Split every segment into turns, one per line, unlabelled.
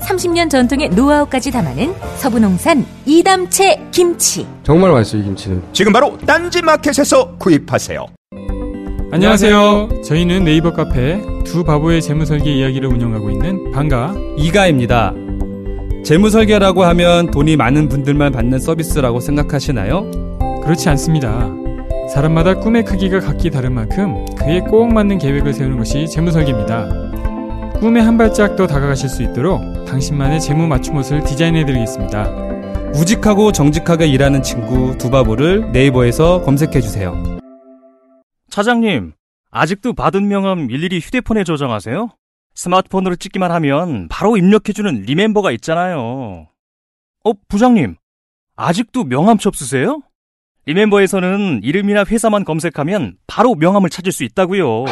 30년 전통의 노하우까지 담아낸 서부농산 이담채 김치.
정말 맛있어요, 이 김치는.
지금 바로 딴지마켓에서 구입하세요.
안녕하세요. 저희는 네이버 카페 두 바보의 재무설계 이야기를 운영하고 있는 방가.
이가입니다. 재무설계라고 하면 돈이 많은 분들만 받는 서비스라고 생각하시나요?
그렇지 않습니다. 사람마다 꿈의 크기가 각기 다른 만큼 그에 꼭 맞는 계획을 세우는 것이 재무설계입니다. 꿈에 한 발짝 더 다가가실 수 있도록 당신만의 재무 맞춤 옷을 디자인해드리겠습니다.
우직하고 정직하게 일하는 친구 두바보를 네이버에서 검색해주세요.
차장님, 아직도 받은 명함 일일이 휴대폰에 저장하세요? 스마트폰으로 찍기만 하면 바로 입력해주는 리멤버가 있잖아요. 어, 부장님, 아직도 명함 접수세요? 리멤버에서는 이름이나 회사만 검색하면 바로 명함을 찾을 수 있다고요.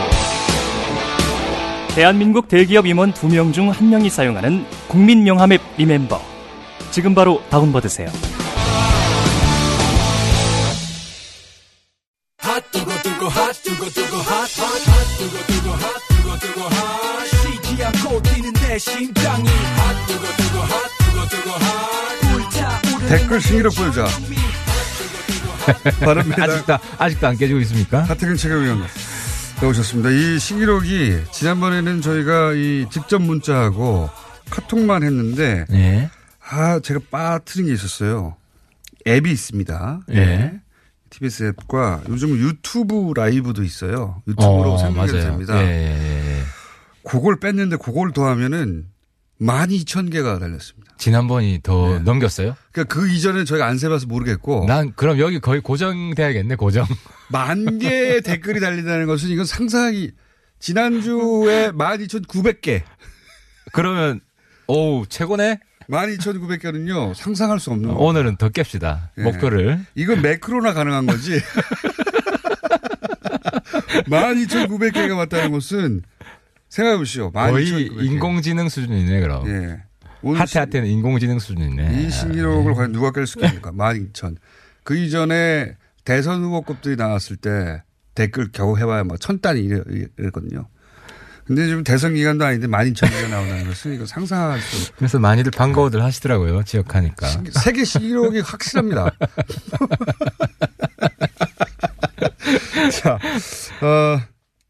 대한민국 대기업 임원 2명 중 1명이 사용하는 국민 명함 앱 리멤버. 지금 바로 다운받으세요.
댓글 신기로 풀자. 바른미래당
아직도, 아직도 안 깨지고 있습니까?
하태경 최고위원 나오셨습니다. 이 신기록이 지난번에는 저희가 이 직접 문자하고 카톡만 했는데
예.
아 제가 빠뜨린 게 있었어요. 앱이 있습니다. 네.
예.
TBS 앱과 요즘 유튜브 라이브도 있어요. 유튜브로 생중계를 됩니다.
예, 예, 예.
그걸 뺐는데 그걸 더하면은 12,000개가 달렸습니다.
지난번이 더
예.
넘겼어요?
그러니까 그 이전에 저희가 안 세봐서 모르겠고
난 그럼 여기 거의 고정돼야겠네, 고정.
만 개의 댓글이 달린다는 것은 이건 상상이 지난주에 12,900개
그러면, 오우, 최고네?
12,900개는요, 상상할 수 없는. 거.
오늘은 더 깹시다.
예.
목표를.
이건 매크로나 가능한 거지. 12,900개가 왔다는 것은 생각해보시오.
거의
12,900 개.
인공지능 수준이네, 그럼.
예. 오늘
하태 하태는 인공지능 수준이네.
이
예.
신기록을 과연 누가 깰 수 있습니까? 12,000. 그 이전에 대선 후보급들이 나왔을 때 댓글 겨우 해봐야 막 천 단위 이래- 이랬거든요. 근데 지금 대선 기간도 아닌데 12,000개가 나온다는 것은 이거 상상할 수
그래서 많이들 반가워들 하시더라고요, 지역하니까.
세계 신기록이 확실합니다. 자, 어,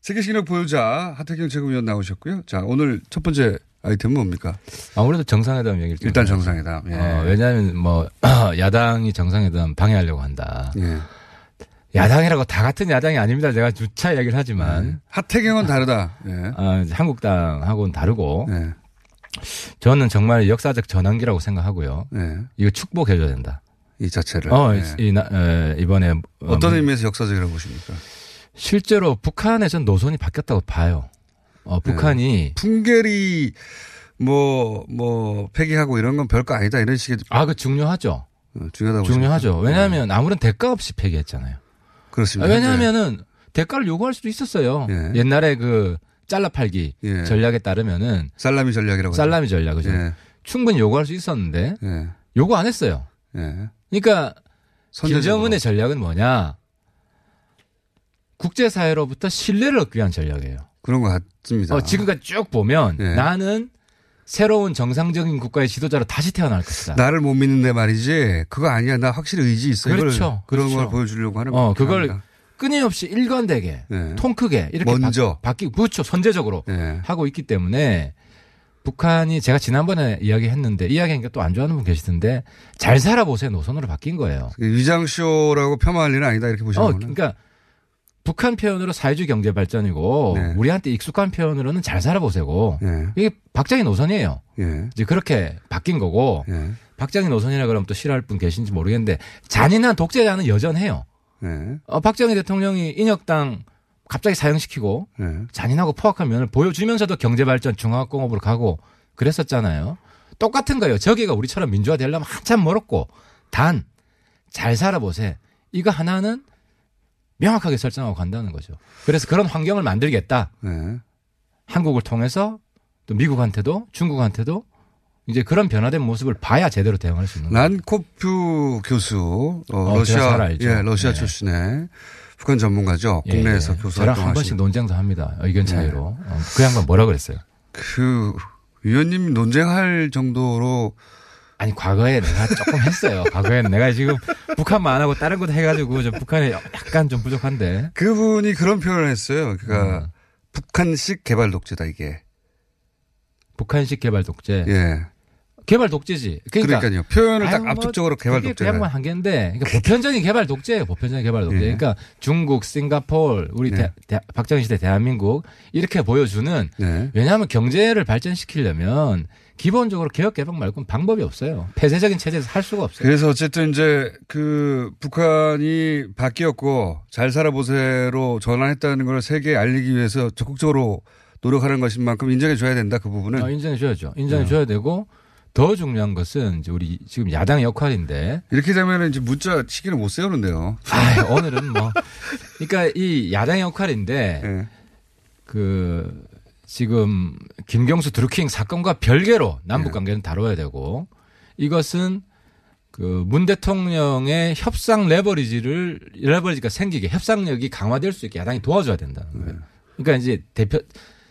세계 신기록 보유자 하태경 최고위원 나오셨고요. 자, 오늘 첫 번째 아이템은 뭡니까?
아무래도 정상회담 얘기를 좀
일단 정상회담. 예.
어, 왜냐하면 뭐 야당이 정상회담 방해하려고 한다.
예.
야당이라고 다 같은 야당이 아닙니다. 제가 주차 얘기를 하지만
하태경은 다르다. 예.
아, 이제 한국당하고는 다르고
예.
저는 정말 역사적 전환기라고 생각하고요.
예.
이거 축복해줘야 된다.
이 자체를.
어,
예.
이, 나- 에, 이번에 어,
어떤
문-
의미에서 역사적이라고 보십니까?
실제로 북한의 전 노선이 바뀌었다고 봐요. 어,
네.
북한이
풍계리 뭐, 뭐, 폐기하고 이런 건 별거 아니다. 이런 식의
아, 그 중요하죠.
어, 중요하다고. 네.
중요하죠.
보십니까?
왜냐하면 아무런 대가 없이 폐기했잖아요.
어, 그렇습니다.
왜냐하면은 대가를 요구할 수도 있었어요.
예.
옛날에 그 잘라팔기
예.
전략에 따르면은
살라미 전략이라고. 하죠.
살라미 전략이죠.
예.
충분히 요구할 수 있었는데
예.
요구 안 했어요.
예.
그러니까
선제적으로.
김정은의 전략은 뭐냐? 국제사회로부터 신뢰를 얻기 위한 전략이에요.
그런 것 같습니다.
어, 지금까지 쭉 보면
예.
나는 새로운 정상적인 국가의 지도자로 다시 태어날 것이다.
나를 못 믿는데 말이지 그거 아니야. 나 확실히 의지 있어. 이걸
그렇죠.
그런
그렇죠.
걸 보여주려고 하는
어,
것 같긴
그걸
합니다.
끊임없이 일관되게,
예.
통크게 이렇게
먼저.
바, 바뀌고 그렇죠. 선제적으로
예.
하고 있기 때문에 북한이 제가 지난번에 이야기했는데 이야기하니까 또 안 좋아하는 분 계시던데 잘 살아보세요 노선으로 바뀐 거예요.
위장쇼라고 폄하할 일은 아니다 이렇게 보시는
어,
거는.
그러니까 북한 표현으로 사회주의 경제 발전이고
네.
우리한테 익숙한 표현으로는 잘 살아보세요고
예.
이게 박정희 노선이에요.
예.
이제 그렇게 바뀐 거고
예.
박정희 노선이라 그러면 또 싫어할 분 계신지 모르겠는데 잔인한 독재자는 여전해요.
예.
어, 박정희 대통령이 인혁당 갑자기 사형시키고
예.
잔인하고 포악한 면을 보여주면서도 경제발전 중화공업으로 가고 그랬었잖아요. 똑같은 거예요. 저기가 우리처럼 민주화 되려면 한참 멀었고, 단, 잘 살아보세요. 이거 하나는 명확하게 설정하고 간다는 거죠. 그래서 그런 환경을 만들겠다.
네.
한국을 통해서 또 미국한테도 중국한테도 이제 그런 변화된 모습을 봐야 제대로 대응할 수 있는 거예요.
난코프 교수, 어,
어, 제가 잘
러시아,
알죠.
예, 러시아
네.
출신의 북한 전문가죠.
예,
국내에서
예.
교수 네.
저랑 한
활동하시는.
번씩 논쟁도 합니다. 의견 차이로. 어, 그 양반 뭐라 그랬어요?
그 위원님 논쟁할 정도로
아니 과거에 내가 조금 했어요. 과거에는 내가 지금 북한만 안 하고 다른 것도 해가지고 좀 북한에 약간 좀 부족한데.
그분이 그런 표현을 했어요. 그러니까
음.
북한식 개발 독재다 이게.
북한식 개발 독재.
예.
개발 독재지. 그러니까
그러니까요. 표현을
아유,
딱
뭐
압축적으로 개발
그게
독재다.
그야말로 한계인데, 그러니까 보편적인 개발 독재예요. 보편적인 개발 독재.
예.
그러니까 중국, 싱가폴, 우리 대- 대- 박정희 시대 대한민국 이렇게 보여주는
네.
왜냐하면 경제를 발전시키려면 기본적으로 개혁 개방 말고는 방법이 없어요. 폐쇄적인 체제에서 할 수가 없어요.
그래서 어쨌든 이제 그 북한이 바뀌었고 잘 살아보세로 전환했다는 걸 세계에 알리기 위해서 적극적으로 노력하는 것인 만큼 인정해 줘야 된다 그 부분은.
아, 인정해 줘야죠. 인정해 줘야 되고 더 중요한 것은 이제 우리 지금 야당 역할인데
이렇게 되면 이제 문자 시기를 못 세우는데요.
아, 오늘은 뭐 그러니까 이 야당 역할인데
예.
그 지금 김경수 드루킹 사건과 별개로 남북 관계는 다뤄야 되고 이것은 그 문 대통령의 협상 레버리지를 레버리지가 생기게 협상력이 강화될 수 있게 야당이 도와줘야 된다는 거예요. 그러니까 이제 대표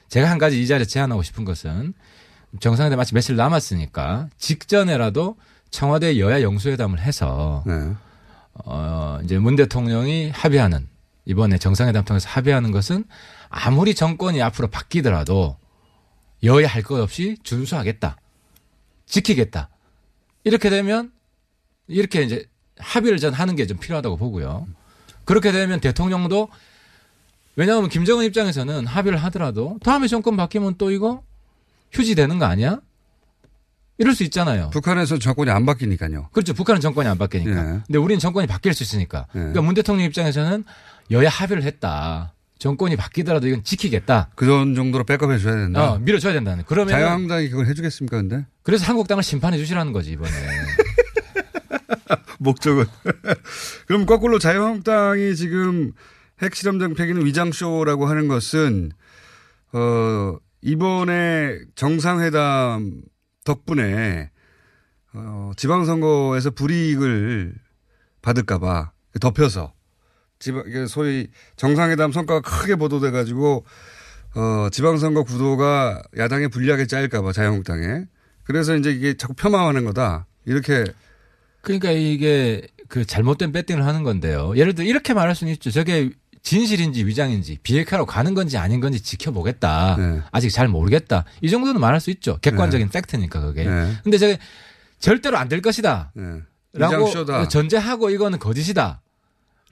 제가 한 가지 이 자리에 제안하고 싶은 것은 정상회담 마치 며칠 남았으니까 직전에라도 청와대 여야 영수회담을 해서
네.
어, 이제 문 대통령이 합의하는 이번에 정상회담 통해서 합의하는 것은 아무리 정권이 앞으로 바뀌더라도 여야 할 것 없이 준수하겠다. 지키겠다. 이렇게 되면 이렇게 이제 합의를 전 하는 게 좀 필요하다고 보고요. 그렇게 되면 대통령도 왜냐하면 김정은 입장에서는 합의를 하더라도 다음에 정권 바뀌면 또 이거 휴지되는 거 아니야? 이럴 수 있잖아요.
북한에서 정권이 안 바뀌니까요.
그렇죠. 북한은 정권이 안 바뀌니까.
예.
근데 우리는 정권이 바뀔 수 있으니까. 그러니까 문 대통령 입장에서는 여야 합의를 했다. 정권이 바뀌더라도 이건 지키겠다.
그런 정도로 백업해 줘야 된다.
어, 밀어줘야 된다는. 그러면
네. 자유한국당이 그걸 해주겠습니까 근데?
그래서 한국당을 심판해 주시라는 거지 이번에.
목적은. 그럼 거꾸로 자유한국당이 지금 핵실험장 폐기는 위장쇼라고 하는 것은, 어, 이번에 정상회담 덕분에, 어, 지방선거에서 불이익을 받을까봐 덮여서, 지방, 이게 소위 정상회담 성과가 크게 보도돼가지고, 어, 지방선거 구도가 야당에 불리하게 짜일까봐 자유한국당에. 그래서 이제 이게 자꾸 폄하하는 거다. 이렇게
그러니까 이게 그 잘못된 배팅을 하는 건데요. 예를 들어 이렇게 말할 수는 있죠. 저게 진실인지 위장인지 비핵화로 가는 건지 아닌 건지 지켜보겠다.
네.
아직 잘 모르겠다. 이 정도는 말할 수 있죠. 객관적인 팩트니까 그게.
네.
근데 저게 절대로 안 될 것이다.
예.
라고 그
위장쇼다.
전제하고 이거는 거짓이다.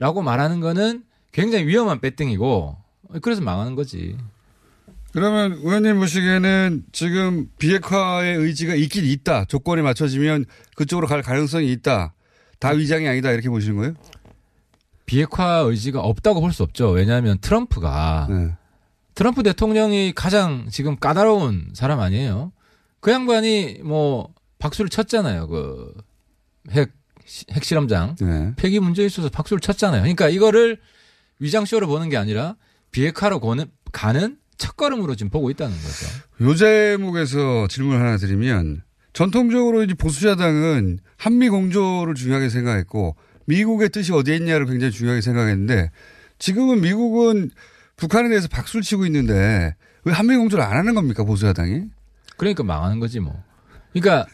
라고 말하는 거는 굉장히 위험한 배팅이고 그래서 망하는 거지.
그러면 의원님 보시기에는 지금 비핵화의 의지가 있긴 있다. 조건이 맞춰지면 그쪽으로 갈 가능성이 있다. 다 위장이 아니다 이렇게 보시는 거예요?
비핵화 의지가 없다고 볼 수 없죠. 왜냐하면 트럼프가
네.
트럼프 대통령이 가장 지금 까다로운 사람 아니에요. 그 양반이 뭐 박수를 쳤잖아요. 그 핵, 핵실험장.
네.
폐기 문제에 있어서 박수를 쳤잖아요. 그러니까 이거를 위장쇼로 보는 게 아니라 비핵화로 고는- 가는 첫걸음으로 지금 보고 있다는 거죠.
요 제목에서 질문 하나 드리면 전통적으로 이제 보수야당은 한미 공조를 중요하게 생각했고 미국의 뜻이 어디에 있냐를 굉장히 중요하게 생각했는데 지금은 미국은 북한에 대해서 박수를 치고 있는데 왜 한미 공조를 안 하는 겁니까 보수야당이?
그러니까 망하는 거지 뭐. 그러니까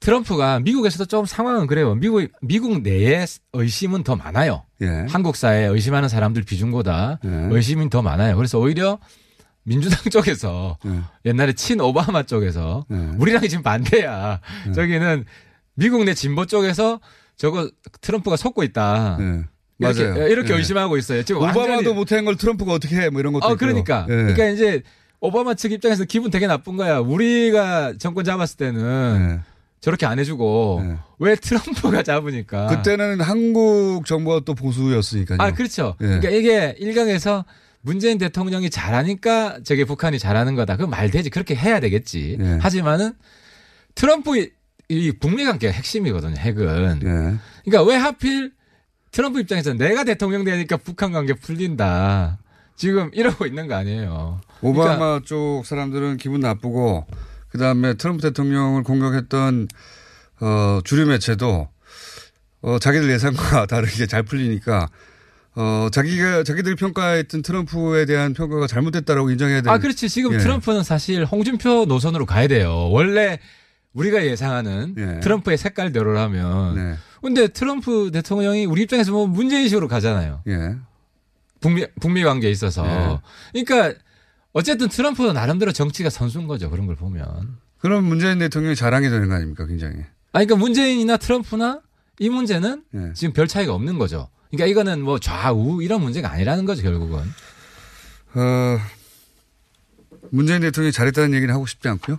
트럼프가 미국에서도 좀 상황은 그래요. 미국 미국 내에 의심은 더 많아요.
예.
한국 사회 의심하는 사람들 비중보다
네.
의심이 더 많아요. 그래서 오히려 민주당 쪽에서
네.
옛날에 친 오바마 쪽에서
네.
우리랑 지금 반대야. 저기는 미국 내 진보 쪽에서 저거 트럼프가 속고 있다.
예.
아. 이렇게,
맞아요.
이렇게
예.
의심하고 있어요. 지금 완전히-
오바마도 못한 걸 트럼프가 어떻게 해? 뭐 이런 것도
어,
있고.
그러니까.
예.
그러니까 이제 오바마 측 입장에서 기분 되게 나쁜 거야. 우리가 정권 잡았을 때는
예.
저렇게 안 해주고
예.
왜 트럼프가 잡으니까.
그때는 한국 정부가 또 보수였으니까요.
아, 그렇죠.
예.
그러니까 이게 일각에서 문재인 대통령이 잘하니까 저게 북한이 잘하는 거다. 그말 되지. 그렇게 해야 되겠지.
예.
하지만은 트럼프 이 북미 관계가 핵심이거든요. 핵은.
예.
그러니까 왜 하필 트럼프 입장에서 내가 대통령 되니까 북한 관계 풀린다. 지금 이러고 있는 거 아니에요.
오바마
그러니까-
쪽 사람들은 기분 나쁘고 그다음에 트럼프 대통령을 공격했던 어 주류 매체도 어 자기들 예상과 다르게 잘 풀리니까 어 자기가 자기들이 평가했던 트럼프에 대한 평가가 잘못됐다라고 인정해야 되는
아, 그렇지. 지금
예.
트럼프는 사실 홍준표 노선으로 가야 돼요. 원래 우리가 예상하는
예.
트럼프의 색깔대로라면.
네.
근데 트럼프 대통령이 우리 입장에서 보면 문재인식으로 가잖아요.
예.
북미, 북미 관계에 있어서. 그러니까 어쨌든 트럼프도 나름대로 정치가 선수인 거죠. 그런 걸 보면.
그럼 문재인 대통령이 자랑이 되는 거 아닙니까, 굉장히.
아, 그러니까 문재인이나 트럼프나 이 문제는
예.
지금 별 차이가 없는 거죠. 그러니까 이거는 뭐 좌우 이런 문제가 아니라는 거죠, 결국은.
어, 문재인 대통령이 잘했다는 얘기는 하고 싶지 않고요.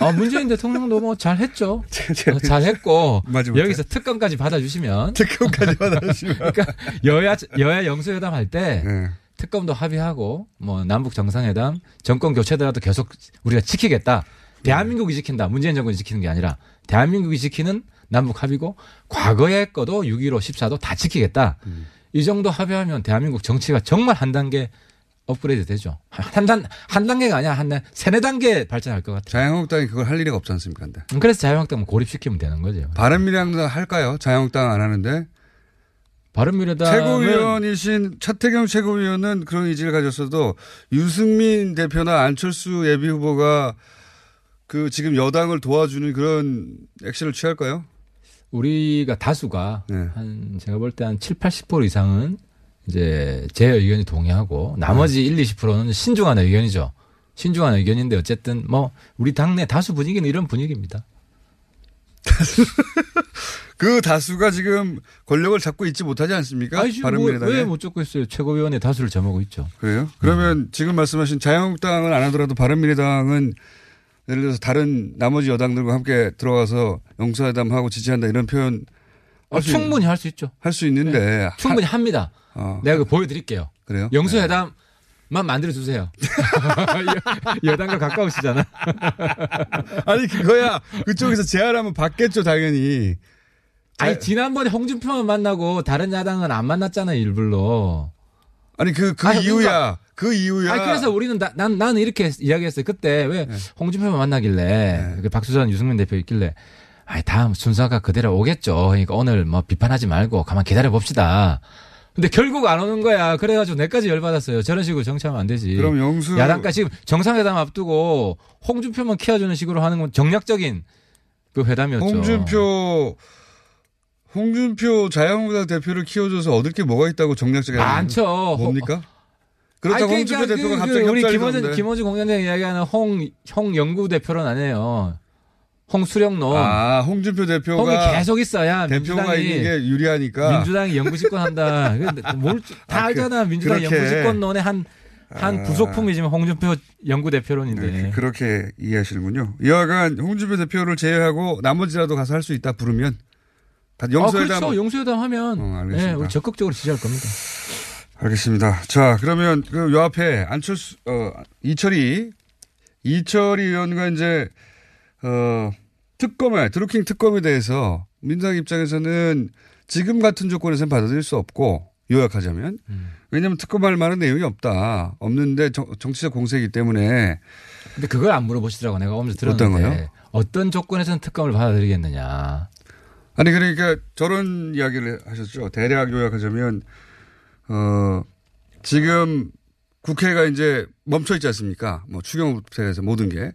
아, 문재인 대통령도 뭐 잘했죠. 어, 잘했고
맞아, 맞아.
여기서 특검까지 받아주시면
특검까지 받아주시면.
그러니까 여야 여야 영수회담 할 때
예.
특검도 합의하고 뭐 남북 정상회담 정권 교체더라도 계속 우리가 지키겠다.
네.
대한민국이 지킨다. 문재인 정권이 지키는 게 아니라 대한민국이 지키는 남북 합의고 과거의 거도 6.15, 14도 다 지키겠다.
음.
이 정도 합의하면 대한민국 정치가 정말 한 단계 업그레이드 되죠. 한, 단, 한 단계가 아니야. 한, 네- 세네 단계 발전할 것 같아요.
자유한국당이 그걸 할 일이 없지 않습니까, 근데.
그래서 자유한국당은 고립시키면 되는 거죠.
바른미래당도 할까요? 자유한국당 안 하는데.
바른미래당
최고위원이신 차태경 최고위원은 그런 의지를 가졌어도 유승민 대표나 안철수 예비 후보가 그 지금 여당을 도와주는 그런 액션을 취할까요?
우리가 다수가
네.
한 제가 볼 때 한 7, 80% 이상은 이제 제 의견이 동의하고 나머지 1, 20%는 신중한 의견이죠. 신중한 의견인데 어쨌든 뭐 우리 당내 다수 분위기는 이런 분위기입니다.
그 다수가 지금 권력을 잡고 있지 못하지 않습니까?
아니 지금
그러니까
뭐,
바른미래당에.
왜못 쫓고 있어요? 최고위원회 다수를 점하고 있죠.
그래요? 그러면
음.
지금 말씀하신 자유한국당을 안 하더라도 바른미래당은 예를 들어서 다른 나머지 여당들과 함께 들어가서 영사회담하고 지지한다 이런 표현
아, 충분히 할 수 있죠.
할 수 있는데 하-
충분히 합니다.
어, 네.
내가 그 보여드릴게요.
그래요?
영수회담만 만들어 주세요. 여당과 가까우시잖아.
아니 그거야 그쪽에서 제안하면 받겠죠 당연히
아니 지난번에 홍준표만 만나고 다른 야당은 안 만났잖아요 일부러.
아니 그 그
아니,
이유야
그러니까-
그 이유야
아니 그래서 우리는 나, 난 나는 이렇게 이야기했어요. 그때 왜
네.
홍준표만 만나길래 그 박수전 유승민 대표 있길래 아이 다음 순서가 그대로 오겠죠. 그러니까 오늘 뭐 비판하지 말고 가만 기다려 봅시다. 근데 결국 안 오는 거야. 그래가지고 내까지 열받았어요. 저런 식으로 정치하면 안 되지.
그럼 영수
야당까지 지금 정상회담 앞두고 홍준표만 키워주는 식으로 하는 건 정략적인 그 회담이었죠.
홍준표 홍준표 자유한국당 대표를 키워줘서 얻을 게 뭐가 있다고 정략적인
많죠.
뭡니까? 그렇다고
아니,
홍준표
그러니까
대표가
그-
갑자기
그 우리
협조할
김어준
건데.
김어준 공장장 이야기하는 홍홍 연구 대표론 아니에요. 홍수령론.
아 홍준표
홍이
대표가
어. 계속 있어야
대표가
민주당이
있는 게 유리하니까
민주당이 연구집권한다. 그게 뭘- 다
아, 그-
알잖아. 민주당
그렇게. 아.
연구집권론의 한 한 부속품이 지금 홍준표 연구 대표론인데.
네, 그렇게 이해하시는군요. 여하간 홍준표 대표를 제외하고 나머지라도 가서 할 수 있다 부르면 다 영수회담
아, 그렇죠. 용수회담 하면
어, 알겠습니다.
예, 우리 적극적으로 지지할 겁니다.
알겠습니다. 자, 그러면 그 요 앞에 안철수, 어, 이철이, 이철이 의원과 이제, 어, 특검에, 드루킹 특검에 대해서 민주당 입장에서는 지금 같은 조건에서는 받아들일 수 없고, 요약하자면. 왜냐하면 특검할 만한 내용이 없다. 없는데 정, 정치적 공세이기 때문에
근데 그걸 안 물어보시더라고 내가 오늘 들었는데
어떤 거요?
어떤 조건에서는 특검을 받아들이겠느냐.
아니 그러니까 저런 이야기를 하셨죠. 대략 요약하자면 어 지금 국회가 이제 멈춰 있지 않습니까? 뭐 추경부터 해서 모든 게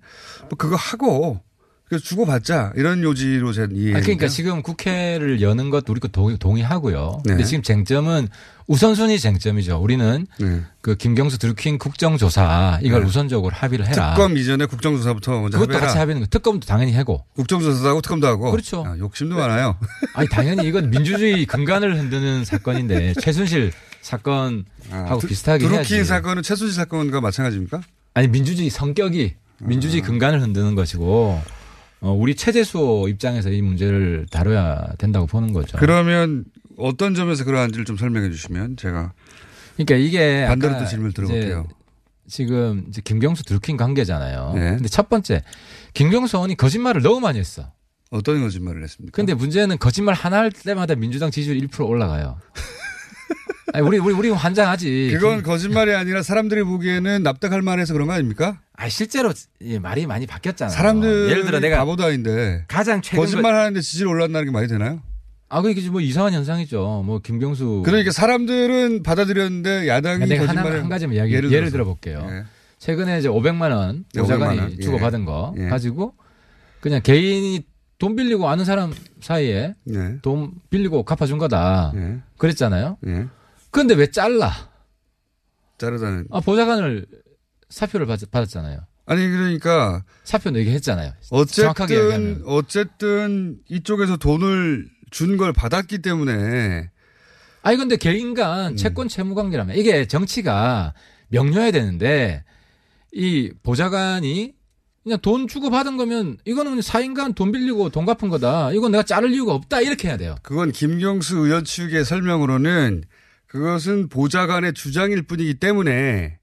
뭐 그거 하고 그 주고받자 이런 요지로 제가 이해.
아, 그러니까 지금 국회를 여는 것 우리 거 동의, 동의하고요.
네.
근데 지금 쟁점은 우선순위 쟁점이죠. 우리는
네.
그 김경수 드루킹 국정조사 이걸
네.
우선적으로 합의를 해라.
특검 이전에 국정조사부터 먼저
그것도
해라.
같이 합의는 거. 특검도 당연히 해고.
국정조사도 하고 특검도 하고.
그렇죠.
아, 욕심도 많아요.
아니 당연히 이건 민주주의 근간을 흔드는 사건인데 최순실 사건하고
아, 드-
비슷하게
드루킹
해야지. 네.
사건은 최순실 사건과 마찬가지입니까?
아니 민주주의 성격이 민주주의
음.
근간을 흔드는 것이고 어, 우리 최재수 입장에서 이 문제를 다뤄야 된다고 보는 거죠.
그러면 어떤 점에서 그러한지를 좀 설명해 주시면 제가
그러니까 이게
반대로
아까
또 질문 을
이제
들어볼게요.
지금 이제 김경수 들킨 관계잖아요.
네.
근데 첫 번째 김경수 의원이 거짓말을 너무 많이 했어.
어떤 거짓말을 했습니까?
근데 문제는 거짓말 하나 할 때마다 민주당 지지율 1% 올라가요. 아니, 우리, 우리, 우리 환장하지.
그건 거짓말이
예.
아니라 사람들이 보기에는 납득할 만해서 그런 거 아닙니까?
아, 실제로 예, 말이 많이 바뀌었잖아요.
사람들
예를 들어 내가
바보도 아닌데
가장 최근.
거짓말
거-
하는데 지지율 올랐다는 게 말이 되나요?
아, 그게 이제 뭐 이상한 현상이죠. 뭐 김경수.
그러니까 사람들은 받아들였는데 야당이
내가 하나,
거짓말을
한 가지만 이야기, 예를, 들어볼게요.
예.
최근에 이제 500만원
네,
보좌관이
500만 원.
주고받은 거
예.
가지고 그냥 개인이 돈 빌리고 아는 사람 사이에
예.
돈 빌리고 갚아준 거다.
예.
그랬잖아요.
예.
근데 왜 잘라?
자르다는.
아, 보좌관을 사표를 받, 받았잖아요.
아니 그러니까
사표는 얘기했잖아요. 정확하게
어쨌든
얘기하면.
어쨌든 이쪽에서 돈을 준 걸 받았기 때문에
아니 근데 개인
음.
간 채권 채무 관계라면 이게 정치가 명료해야 되는데 이 보좌관이 그냥 돈 주고 받은 거면 이거는 사인간 돈 빌리고 돈 갚은 거다. 이건 내가 자를 이유가 없다. 이렇게 해야 돼요.
그건 김경수 의원 측의 설명으로는 그것은 보좌관의 주장일 뿐이기 때문에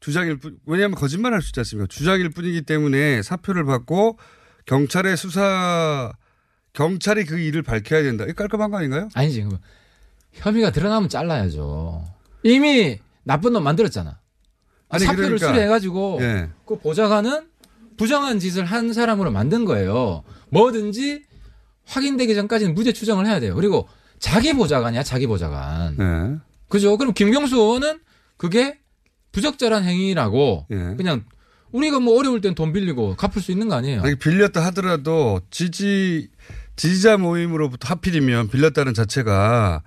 주장일 뿐 왜냐하면 거짓말할 수 있지 않습니까? 주장일 뿐이기 때문에 사표를 받고 경찰의 수사 경찰이 그 일을 밝혀야 된다. 이 깔끔한 거 아닌가요?
아니지. 그럼 혐의가 드러나면 잘라야죠. 이미 나쁜 놈 만들었잖아. 아,
아니,
사표를
그러니까.
수리해가지고
예.
그 보좌관은 부정한 짓을 한 사람으로 만든 거예요. 뭐든지 확인되기 전까지는 무죄 추정을 해야 돼요. 그리고 자기 보좌관이야, 자기 보좌관.
예.
그죠? 그럼 김경수 의원은 그게 부적절한 행위라고
예.
그냥 우리가 뭐 어려울 땐 돈 빌리고 갚을 수 있는 거 아니에요?
아니, 빌렸다 하더라도 지지 지지자 모임으로부터 하필이면 빌렸다는 자체가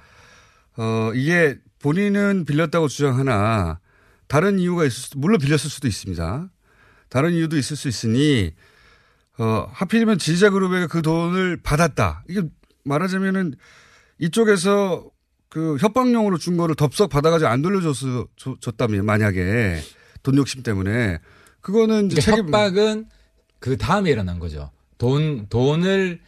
어 이게 본인은 빌렸다고 주장하나 다른 이유가 있을 수, 물론 빌렸을 수도 있습니다. 다른 이유도 있을 수 있으니 어 하필이면 지지자 그룹에게 그 돈을 받았다. 이게 말하자면은 이쪽에서 그 협박용으로 준 거를 덥석 받아가지고 안 돌려줬어 줬- 줬다면 만약에 돈 욕심 때문에 그거는 이제
그러니까
책임
협박은 그 다음에 일어난 거죠. 돈 돈을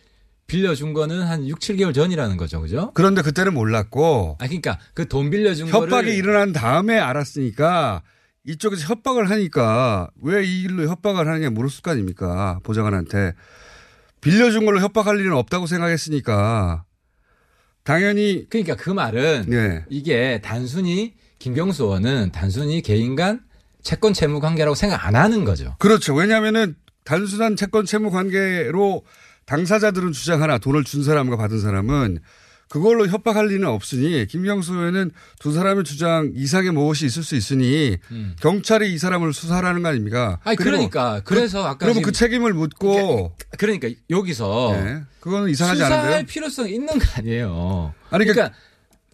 빌려준 거는 한 6, 7개월 전이라는 거죠. 그죠?
그런데 그때는 몰랐고
아 그러니까 그 돈 빌려준
협박이
거를
일어난 다음에 알았으니까 이쪽에서 협박을 하니까 왜 이 일로 협박을 하느냐 물었을 거 아닙니까 보좌관한테 빌려준 걸로 협박할 일은 없다고 생각했으니까 당연히
그러니까 그 말은
예
이게 단순히 김경수 의원은 단순히 개인 간 채권 채무 관계라고 생각 안 하는 거죠.
그렇죠 왜냐하면은 단순한 채권 채무 관계로 당사자들은 주장하나 돈을 준 사람과 받은 사람은 그걸로 협박할 리는 없으니 김경수 의원은 두 사람의 주장 이상의 무엇이 있을 수 있으니 경찰이 이 사람을 수사하라는 거 아닙니까?
음. 아니
그리고
그러니까 그래서 아까
그러면 그
지금
책임을 묻고
그러니까 여기서
예, 그거는 이상하지
수사할
않은데요.
필요성 있는 거 아니에요.
아니, 그러니까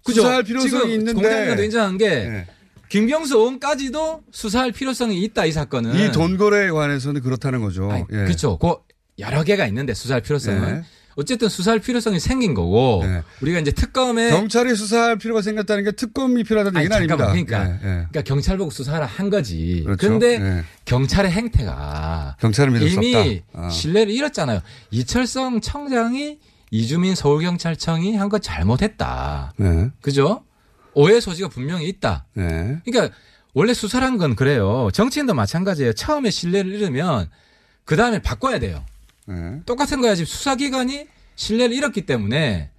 그죠?
수사할 필요성이
지금
있는데.
공장장도 인정한 게
예.
김경수 의원까지도 수사할 필요성이 있다 이 사건은.
이 돈거래에 관해서는 그렇다는 거죠.
네. 아니,
예.
그렇죠. 그 여러 개가 있는데 수사할 필요성은
예.
어쨌든 수사할 필요성이 생긴 거고
예.
우리가 이제 특검에
경찰이 수사할 필요가 생겼다는 게 특검이 필요하다는
네. 아니,
얘기는 아닙니다.
잠깐만, 그러니까.
예, 예.
그러니까 경찰 보고 수사하라 한 거지.
그렇죠.
근데
예.
경찰의 행태가
경찰을 믿을 수
이미
없다. 아.
신뢰를 잃었잖아요. 이철성 청장이 이주민 서울경찰청이 한 거 잘못했다.
예,
그죠? 오해 소지가 분명히 있다.
예.
그러니까 원래 수사란 건 그래요. 정치인도 마찬가지예요. 처음에 신뢰를 잃으면 그 다음에 바꿔야 돼요.
예.
똑같은 거야. 지금 수사기관이 신뢰를 잃었기 때문에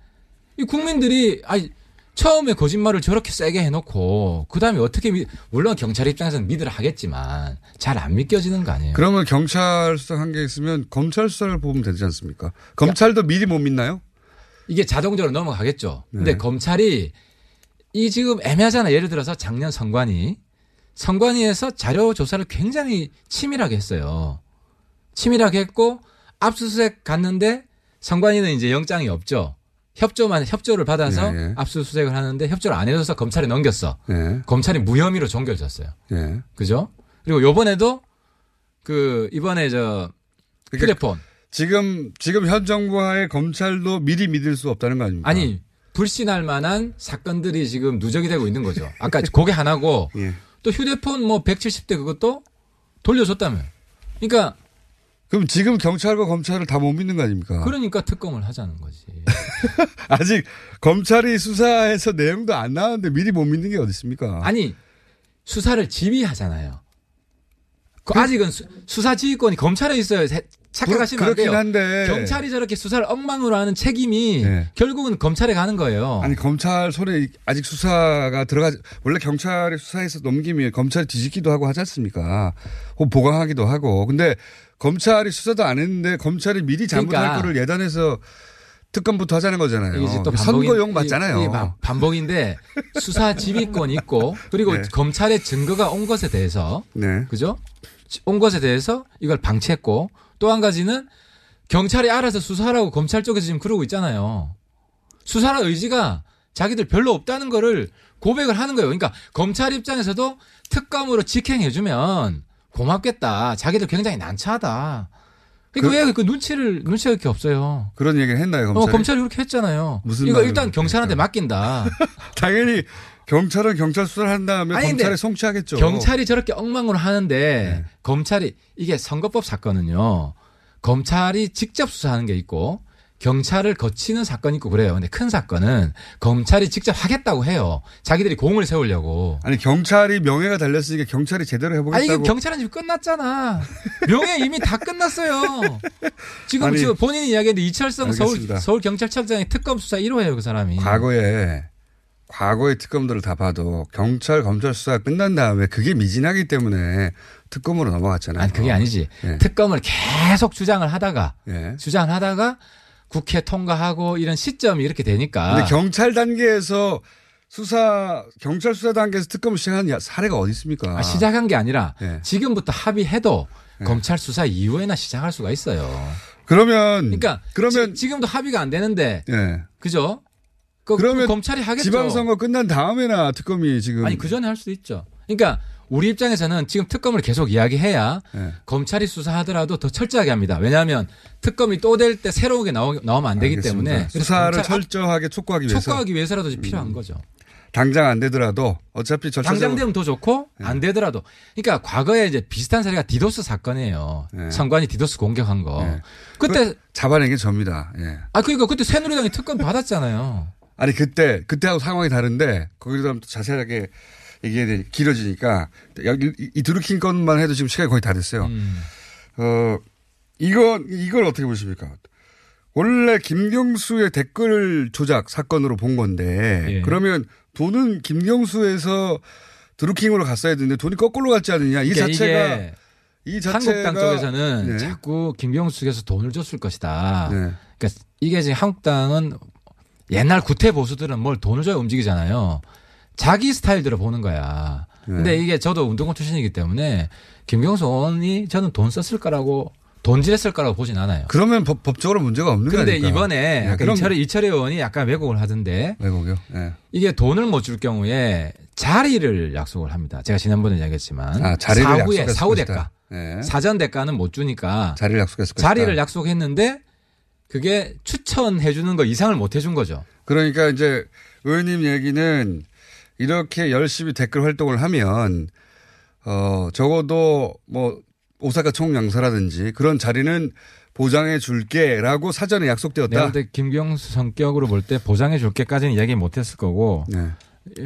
이 국민들이 아니 처음에 거짓말을 저렇게 세게 해놓고 그 다음에 어떻게 믿, 물론 경찰 입장에서는 믿으라 하겠지만 잘 안 믿겨지는 거 아니에요?
그러면 경찰 수사 한 게 있으면 검찰 수사를 보면 되지 않습니까? 검찰도 미리 못 믿나요?
이게 자동적으로 넘어가겠죠. 근데
네.
검찰이 이 지금 애매하잖아. 예를 들어서 작년 선관위 선관위에서 자료 조사를 굉장히 치밀하게 했어요. 치밀하게 했고 압수수색 갔는데 선관위는 이제 영장이 없죠. 협조만 협조를 받아서
예, 예.
압수수색을 하는데 협조를 안 해줘서 검찰에 넘겼어.
예,
검찰이 무혐의로 종결졌어요.
예.
그죠? 그리고 요번에도 그 이번에 저
그러니까
휴대폰
지금 지금 현 정부와의 검찰도 미리 믿을 수 없다는 거 아닙니까?
아니 불신할 만한 사건들이 지금 누적이 되고 있는 거죠. 아까 그게 하나고
예.
또 휴대폰 뭐 170대 그것도 돌려줬다며. 그러니까
그럼 지금 경찰과 검찰을 다 못 믿는 거 아닙니까?
그러니까 특검을 하자는 거지.
아직 검찰이 수사해서 내용도 안 나왔는데 미리 못 믿는 게 어디 있습니까?
아니
그
수사를 지휘하잖아요. 그 아직은 수, 사 지휘권이 검찰에 있어요. 세- 착각하시면 안
그렇긴
돼요.
한데
경찰이 저렇게 수사를 엉망으로 하는 책임이
네.
결국은 검찰에 가는 거예요.
아니 검찰 손에 아직 수사가 들어가지 원래 경찰이 수사해서 넘기면 검찰이 뒤집기도 하고 하지 않습니까? 혹 보강하기도 하고 근데 검찰이 수사도 안 했는데 검찰이 미리 잘못할
그러니까.
거를 예단해서 특검부터 하자는 거잖아요.
이게 이제 또 반복인-
어, 선거용
이-
맞잖아요.
이 바- 반복인데 수사 지휘권이 있고 그리고
네.
검찰의 증거가 온 것에 대해서
네.
그죠? 온 것에 대해서 이걸 방치했고 또 한 가지는 경찰이 알아서 수사하라고 검찰 쪽에서 지금 그러고 있잖아요. 수사할 의지가 자기들 별로 없다는 거를 고백을 하는 거예요. 그러니까 검찰 입장에서도 특검으로 직행해주면 고맙겠다. 자기들 굉장히 난처하다. 그러니까 왜 그 눈치를 눈치가 이렇게 없어요.
그런 얘기를 했나요
검찰이,
검찰이?
어, 검찰이 그렇게 했잖아요.
무슨
이거
말을
일단
그렇게
경찰한테
했어요?
맡긴다.
당연히 경찰은 경찰 수사를 한 다음에
아니, 근데
검찰에 송치하겠죠.
경찰이 저렇게 엉망으로 하는데
네.
검찰이 이게 선거법 사건은요. 검찰이 직접 수사하는 게 있고 경찰을 거치는 사건이 있고 그래요. 근데 큰 사건은 검찰이 직접 하겠다고 해요. 자기들이 공을 세우려고.
아니 경찰이 명예가 달렸으니까 경찰이 제대로
아 이게
해보겠다고.
경찰은 지금 끝났잖아. 명예 이미 다 끝났어요. 지금
아니,
지금 본인이 이야기했는데 이철성
알겠습니다.
서울 서울 경찰청장의 특검 수사 1호예요 그 사람이.
과거에 과거의 특검들을 다 봐도 경찰 검찰 수사 끝난 다음에 그게 미진하기 때문에 특검으로 넘어갔잖아요.
아니 그게 아니지.
예.
특검을 계속 주장을 하다가
예.
주장을 하다가 국회 통과하고 이런 시점이 이렇게 되니까
근데 경찰 단계에서 수사 경찰 수사 단계에서 특검을 시작한 야- 사례가 어디 있습니까?
아, 시작한 게 아니라
예.
지금부터 합의해도 검찰 수사 이후에나 시작할 수가 있어요.
그러면
그러니까
음. 그러면
지, 금도 합의가 안 되는데
예.
그죠? 그,
그러면
그 검찰이 하겠죠.
지방선거 끝난 다음에나 특검이 지금
아니 그 전에 할 수도 있죠. 그러니까 우리 입장에서는 지금 특검을 계속 이야기해야
예.
검찰이 수사하더라도 더 철저하게 합니다. 왜냐하면 특검이 또 될 때 새로운 게 나오, 나오면 안 되기
알겠습니다.
때문에 그래서
수사를
검찰 앞-
철저하게 촉구하기 위해서 음.
촉구하기 위해서라도 필요한 거죠.
당장 안 되더라도 어차피
당장
절차적으로
되면 더 좋고
네.
안 되더라도 그러니까 과거에 이제 비슷한 사례가 디도스 사건이에요.
예.
선관위 디도스 공격한 거.
예.
그때
잡아낸 게 접니다. 예.
아 그러니까 그때 새누리당이 특권 받았잖아요.
아니 그때 그때하고 상황이 다른데 거기서 또 자세하게 얘기해야 되니 길어지니까 여기 이- 이 드루킹 건만 해도 지금 시간이 거의 다 됐어요.
음.
어 이건 이걸 어떻게 보십니까? 원래 김경수의 댓글 조작 사건으로 본 건데
예.
그러면 돈은 김경수에서 드루킹으로 갔어야 되는데 돈이 거꾸로 갔지 않느냐 이
그러니까
자체가
이게
이 자체가
한국당 쪽에서는
네.
자꾸 김경숙에서 돈을 줬을 것이다.
네.
그러니까 이게 지금 한국당은 옛날 구태 보수들은 뭘 돈을 줘야 움직이잖아요. 자기 스타일대로 보는 거야.
네.
근데 이게 저도 운동권 출신이기 때문에 김경수 의원이 저는 돈 썼을 거라고 돈질했을 거라고 보진 않아요.
그러면 법, 법적으로 문제가 없는 거아닙
근데
니까 네,
이번에 아까
그러니까. 그럼
이철의 이철의 의원이 약간 왜곡을 하던데
왜곡이요? 네.
이게 돈을 못 줄 경우에 자리를 약속을 합니다. 제가 지난번에 이야기했지만
아 자리를
사후에
약속했을
사후
것이다.
대가
네.
사전 대가는 못 주니까
자리를 약속했을 것이다.
자리를 약속했는데 그게 추천해 주는 거 이상을 못 해준 거죠.
그러니까 이제 의원님 얘기는 이렇게 열심히 댓글 활동을 하면 어 적어도 뭐 오사카 총양사라든지 그런 자리는 보장해 줄게라고 사전에
내가
약속되었다.
네,
볼 때 김경수 성격으로 볼 때 보장해 줄 게까지는 이야기 못 했을 거고
네.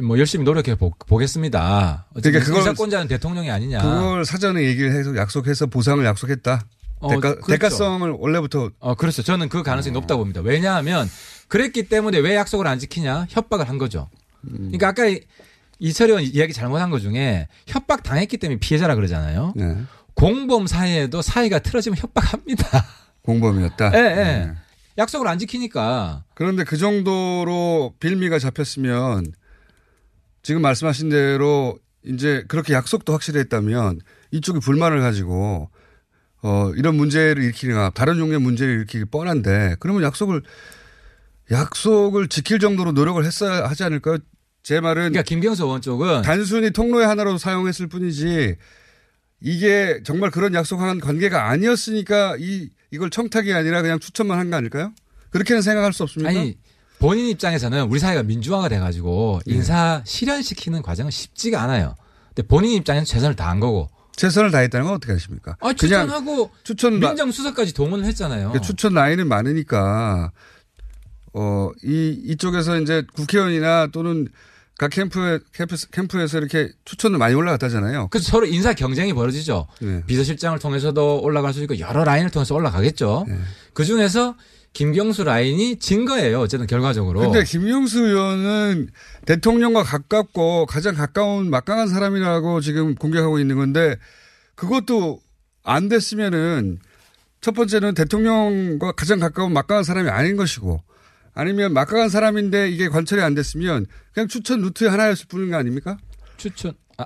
뭐 열심히 노력해 보, 겠습니다
그러니까 그걸-
사건자는 대통령이 아니냐.
그걸 사전에 얘기를 해서 약속해서 보상을 약속했다. 대가,
그렇죠.
대가성을 원래부터
어, 그렇죠. 저는 그 가능성이 높다고 봅니다. 왜냐하면 그랬기 때문에 왜 약속을 안 지키냐? 협박을 한 거죠.
음.
그러니까 아까 이- 이철이 의원 이야기 잘못한 것 중에 협박 당했기 때문에 피해자라 그러잖아요.
네.
공범 사이에도 사이가 틀어지면 협박합니다.
공범이었다.
예, 예.
네.
약속을 안 지키니까.
그런데 그 정도로 빌미가 잡혔으면 지금 말씀하신 대로 이제 그렇게 약속도 확실히 했다면 이쪽이 불만을 가지고 어 이런 문제를 일으키거나 다른 종류의 문제를 일으키기 뻔한데 그러면 약속을 약속을 지킬 정도로 노력을 했어야 하지 않을까요? 제 말은
그러니까 김경수 의원 쪽은
단순히 통로의 하나로 사용했을 뿐이지 이게 정말 그런 약속한 관계가 아니었으니까 이 이걸 청탁이 아니라 그냥 추천만 한 거 아닐까요? 그렇게는 생각할 수 없습니까?
아니 본인 입장에서는 우리 사회가 민주화가 돼가지고
네.
인사 실현시키는 과정은 쉽지가 않아요. 근데 본인 입장에서 최선을 다한 거고.
최선을 다했다는 건 어떻게 하십니까?
아,
그냥
추천하고
추천 라-
민정수석까지 동원을 했잖아요.
그러니까 추천 라인은 많으니까 어 이 이쪽에서 이제 국회의원이나 또는 각 캠프에, 캠프, 캠프에서 이렇게 추천도 많이 올라갔다잖아요.
그래서 서로 인사 경쟁이 벌어지죠.
네.
비서실장을 통해서도 올라갈 수 있고 여러 라인을 통해서 올라가겠죠.
네.
그 중에서 김경수 라인이 진 거예요. 어쨌든 결과적으로.
근데 김용수 의원은 대통령과 가깝고 가장 가까운 막강한 사람이라고 지금 공격하고 있는 건데 그것도 안 됐으면은 첫 번째는 대통령과 가장 가까운 막강한 사람이 아닌 것이고 아니면 막강한 사람인데 이게 관철이 안 됐으면 그냥 추천 루트의 하나였을 뿐인 거 아닙니까?
추천. 아.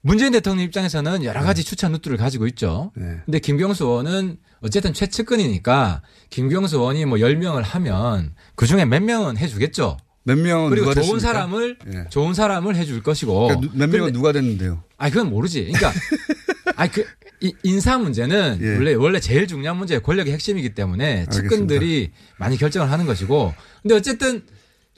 문재인 대통령 입장에서는 여러 가지 추천 루트를 가지고 있죠.
네.
근데 김경수 의원은 어쨌든 최측근이니까 김경수 의원이 뭐 10명을 하면 그 중에 몇 명은 해주겠죠.
몇 명은
그리고
누가
좋은
됐습니까?
사람을
예.
좋은 사람을 해줄 것이고.
그러니까 누- 몇 명은
근데-
누가 됐는데요?
아니 그건 모르지. 그러니까 아니 그 이- 인사 문제는
예.
원래 원래 제일 중요한 문제 권력의 핵심이기 때문에
알겠습니다.
측근들이 많이 결정을 하는 것이고. 근데 어쨌든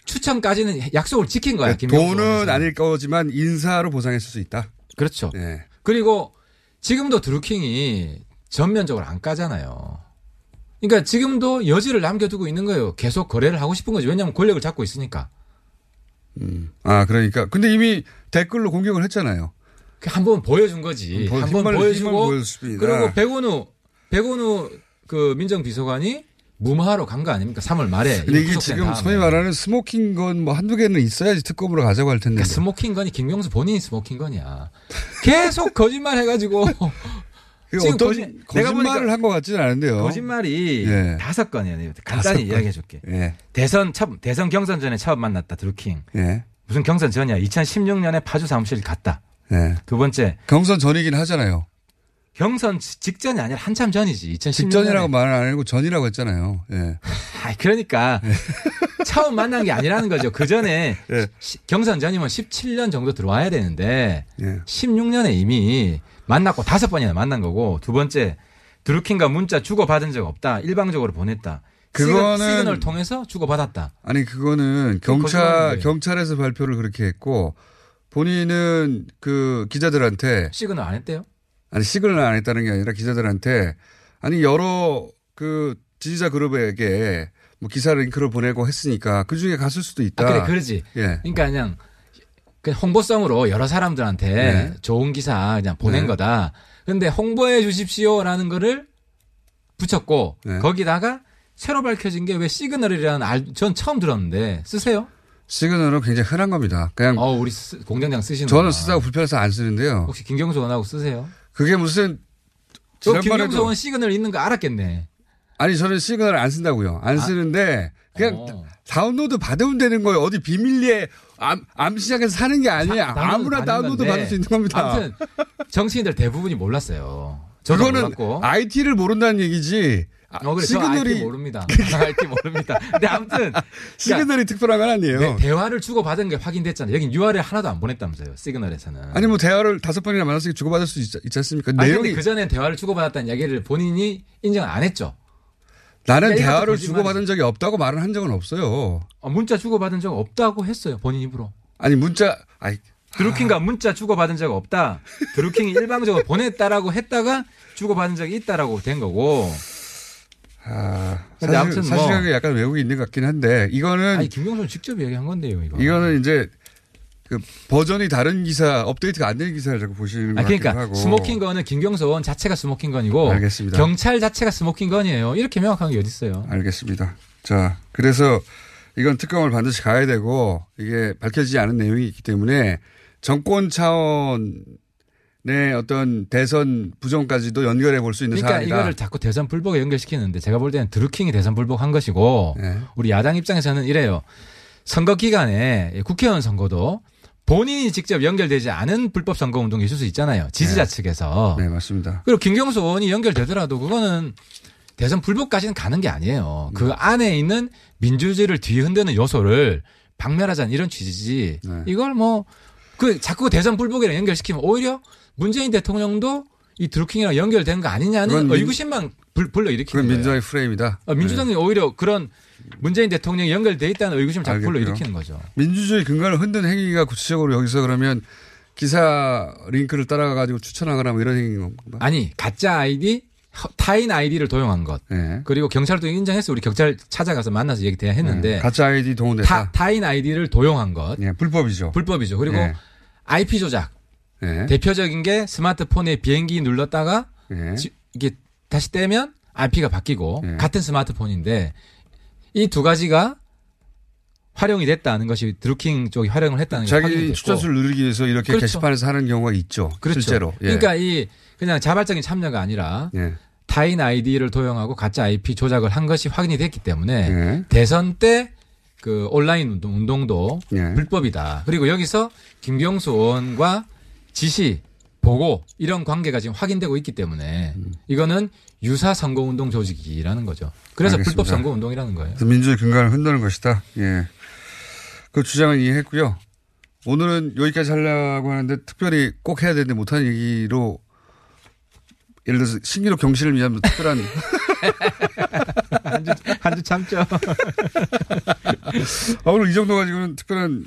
추천까지는 약속을 지킨 거야. 아, 김경수
네, 그러니까 돈은
의원에서는.
아닐 거지만 인사로 보상했을 수 있다.
그렇죠.
예.
그리고 지금도 드루킹이 전면적으로 안 까잖아요. 그러니까 지금도 여지를 남겨두고 있는 거예요. 계속 거래를 하고 싶은 거지. 왜냐하면 권력을 잡고 있으니까.
아 그러니까 근데 이미 댓글로 공격을 했잖아요.
한 번 보여준 거지.
보-
예, 한 번
힘을- 힘을
보여주고
보여줬습니다.
그리고 백원우 백원우 그 민정비서관이 무마하러 간 거 아닙니까? 3월 말에.
근데 이게
구속된
지금
다음에. 그러니까
소위 말하는 스모킹 건 뭐 한두 개는 있어야지 특검으로 가자고 할 텐데.
그러니까 스모킹 건이 김경수 본인이 스모킹 건이야. 계속 거짓말 해가지고
어? 그게
지금
어떤
거짓- 내가
거짓말을
보니까-
한 것 같지는 않은데요.
거짓말이
예.
다섯 건이에요.
다섯 건.
간단히 이야기해줄게.
예,
대선 첫 대선 경선 전에 처음 만났다 드루킹.
예,
무슨 경선 전이야. 2016년에 파주 사무실 갔다.
예.
두 번째
경선 전이긴 하잖아요.
경선 지- 직전이 아니라 한참 전이지. 2016년에.
직전이라고 말을 안 하고 전이라고 했잖아요. 예.
아, 그러니까 처음 만난 게 아니라는 거죠. 그 전에
예.
시- 경선 전이면 17년 정도 들어와야 되는데
예.
16년에 이미 만났고 다섯 번이나 만난 거고 두 번째 드루킹과 문자 주고 받은 적 없다. 일방적으로 보냈다.
그거는-
시그- 시그널 통해서 주고 받았다.
아니 그거는
거짓말인
경찰
거예요.
경찰에서 발표를 그렇게 했고 본인은 그 기자들한테
시그널 안 했대요?
아니 시그널 안 했다는 게 아니라 기자들한테 아니 여러 그 지지자 그룹에게 뭐 기사 링크를 보내고 했으니까 그 중에 갔을 수도 있다.
아, 그래 그러지.
예.
그러니까 그냥 그 홍보성으로 여러 사람들한테
네.
좋은 기사 그냥 보낸
네.
거다. 근데 홍보해 주십시오라는 거를 붙였고
네.
거기다가 새로 밝혀진 게 왜 시그널이라는 알, 전 처음 들었는데 쓰세요?
시그널은 굉장히 흔한 겁니다. 그냥
어 우리 쓰- 공장장 쓰시는
음. 저는 쓰다가 불편해서 안 쓰는데요.
혹시 김경수 원하고 쓰세요?
그게 무슨
저
지난번에도-
김경수 원 시그널 있는 거 알았겠네.
아니 저는 시그널 안 쓴다고요. 안 쓰는데 그냥
아. 어.
다운로드 받으면 되는 거예요. 어디 비밀리에 암, 암시장에서 사는 게 아니야.
다운로드
예, 아무나
받는
다운로드
건데.
받을 수 있는 겁니다.
아무튼 정치인들 대부분이 몰랐어요. 저도
그거는
몰랐고.
IT를 모른다는 얘기지. 아,
어, 그래, 시그널이... 저
시그널이
알지 모릅니다. 알지 모릅니다. 근데 아무튼 그러니까
시그널이 특별한 건 아니에요.
네, 대화를 주고받은 게 확인됐잖아요. 여긴 URL 하나도 안 보냈다면서요. 시그널에서는.
아니 뭐 대화를 다섯 번이나 만났으니 주고받을 수 있, 있지 않습니까?
아니, 근데
내용이
그 전에 대화를 주고받았다는 이야기를 본인이 인정 안 했죠.
나는
이것도
대화를
거짓말이지.
주고받은 적이 없다고 말은 한 적은 없어요.
어, 문자 주고받은 적 없다고 했어요. 본인 입으로.
아니 문자 아이
드루킹과 문자 주고받은 적 없다. 드루킹이 일방적으로 보냈다라고 했다가 주고받은 적이 있다라고 된 거고.
아,
근데
사실,
아무튼 뭐-
사실은 약간 외국이 있는 것 같긴 한데 이거는
아니 김경수는 직접 얘기한 건데요. 이거.
이거는 이제 그 버전이 다른 기사 업데이트가 안 된 기사를 자꾸 보시는 것
아,
같기도
그러니까
하고
스모킹 건은 김경수 의원 자체가 스모킹 건이고
알겠습니다.
경찰 자체가 스모킹 건이에요. 이렇게 명확한 게 어디 있어요?
알겠습니다. 자 그래서 이건 특검을 반드시 가야 되고 이게 밝혀지지 않은 내용이 있기 때문에 정권 차원의 어떤 대선 부정까지도 연결해 볼 수 있는
그러니까
사안이다.
이거를 자꾸 대선 불복에 연결시키는데 제가 볼 때는 드루킹이 대선 불복한 것이고
네.
우리 야당 입장에서는 이래요. 선거 기간에 국회의원 선거도 본인이 직접 연결되지 않은 불법 선거 운동이 있을 수 있잖아요. 지지자 측에서.
네 맞습니다.
그리고 김경수 의원이 연결되더라도 그거는 대선 불복까지는 가는 게 아니에요.
음.
그 안에 있는 민주주의를 뒤흔드는 요소를 박멸하자는 이런 취지지.
네.
이걸 뭐 그 자꾸 대선 불복이랑 연결시키면 오히려 문재인 대통령도 이 드루킹이랑 연결된 거
그건
아니냐는
민-
의구심만 불- 불러일으키는
그건
거예요.
민주당의 프레임이다. 네.
어, 네. 민주당이 오히려 그런 문재인 대통령이 연결돼 있다는 의구심을 자꾸
알겠고요. 아.
불러일으키는 거죠.
네. 민주주의 근간을 흔든 행위가 구체적으로 여기서 그러면 기사 링크를 따라가 가지고 추천하거나 뭐 이런 행위인 건가?
아니 가짜 아이디 허- 타인 아이디를 도용한 것
예.
그리고 경찰도 인정했어 우리 경찰 찾아가서 만나서 얘기 돼야 했는데
예. 가짜 아이디 동원됐다.
타, 타인 아이디를 도용한 것
예, 불법이죠.
불법이죠. 그리고
예.
IP 조작
예.
대표적인 게 스마트폰에 비행기 눌렀다가
예.
지- 이게 다시 떼면 IP가 바뀌고
예.
같은 스마트폰인데 이 두 가지가 활용이 됐다는 것이 드루킹 쪽이 활용을 했다는 게 확인이
자기
됐고.
추천수를 누르기 위해서 이렇게
그렇죠.
게시판에서 하는 경우가 있죠.
그렇죠.
실제로. 예.
그러니까 이 그냥 자발적인 참여가 아니라
예.
타인 아이디를 도용하고 가짜 IP 조작을 한 것이 확인이 됐기 때문에
예.
대선 때 그 온라인 운동, 운동도
예.
불법이다. 그리고 여기서 김경수 의원과 지시, 보고 이런 관계가 지금 확인되고 있기 때문에 이거는 유사 선거운동 조직이라는 거죠. 그래서
알겠습니다.
불법 선거운동이라는 거예요.
그래서 민주의 근간을 흔드는 것이다. 예. 그 주장은 이해했고요. 오늘은 여기까지 하려고 하는데 특별히 꼭 해야 되는데 못하는 얘기로 예를 들어서 신기록 경신을 위한 뭐 특별한
한주 참죠.
아, 오늘 이 정도 가지고는 특별한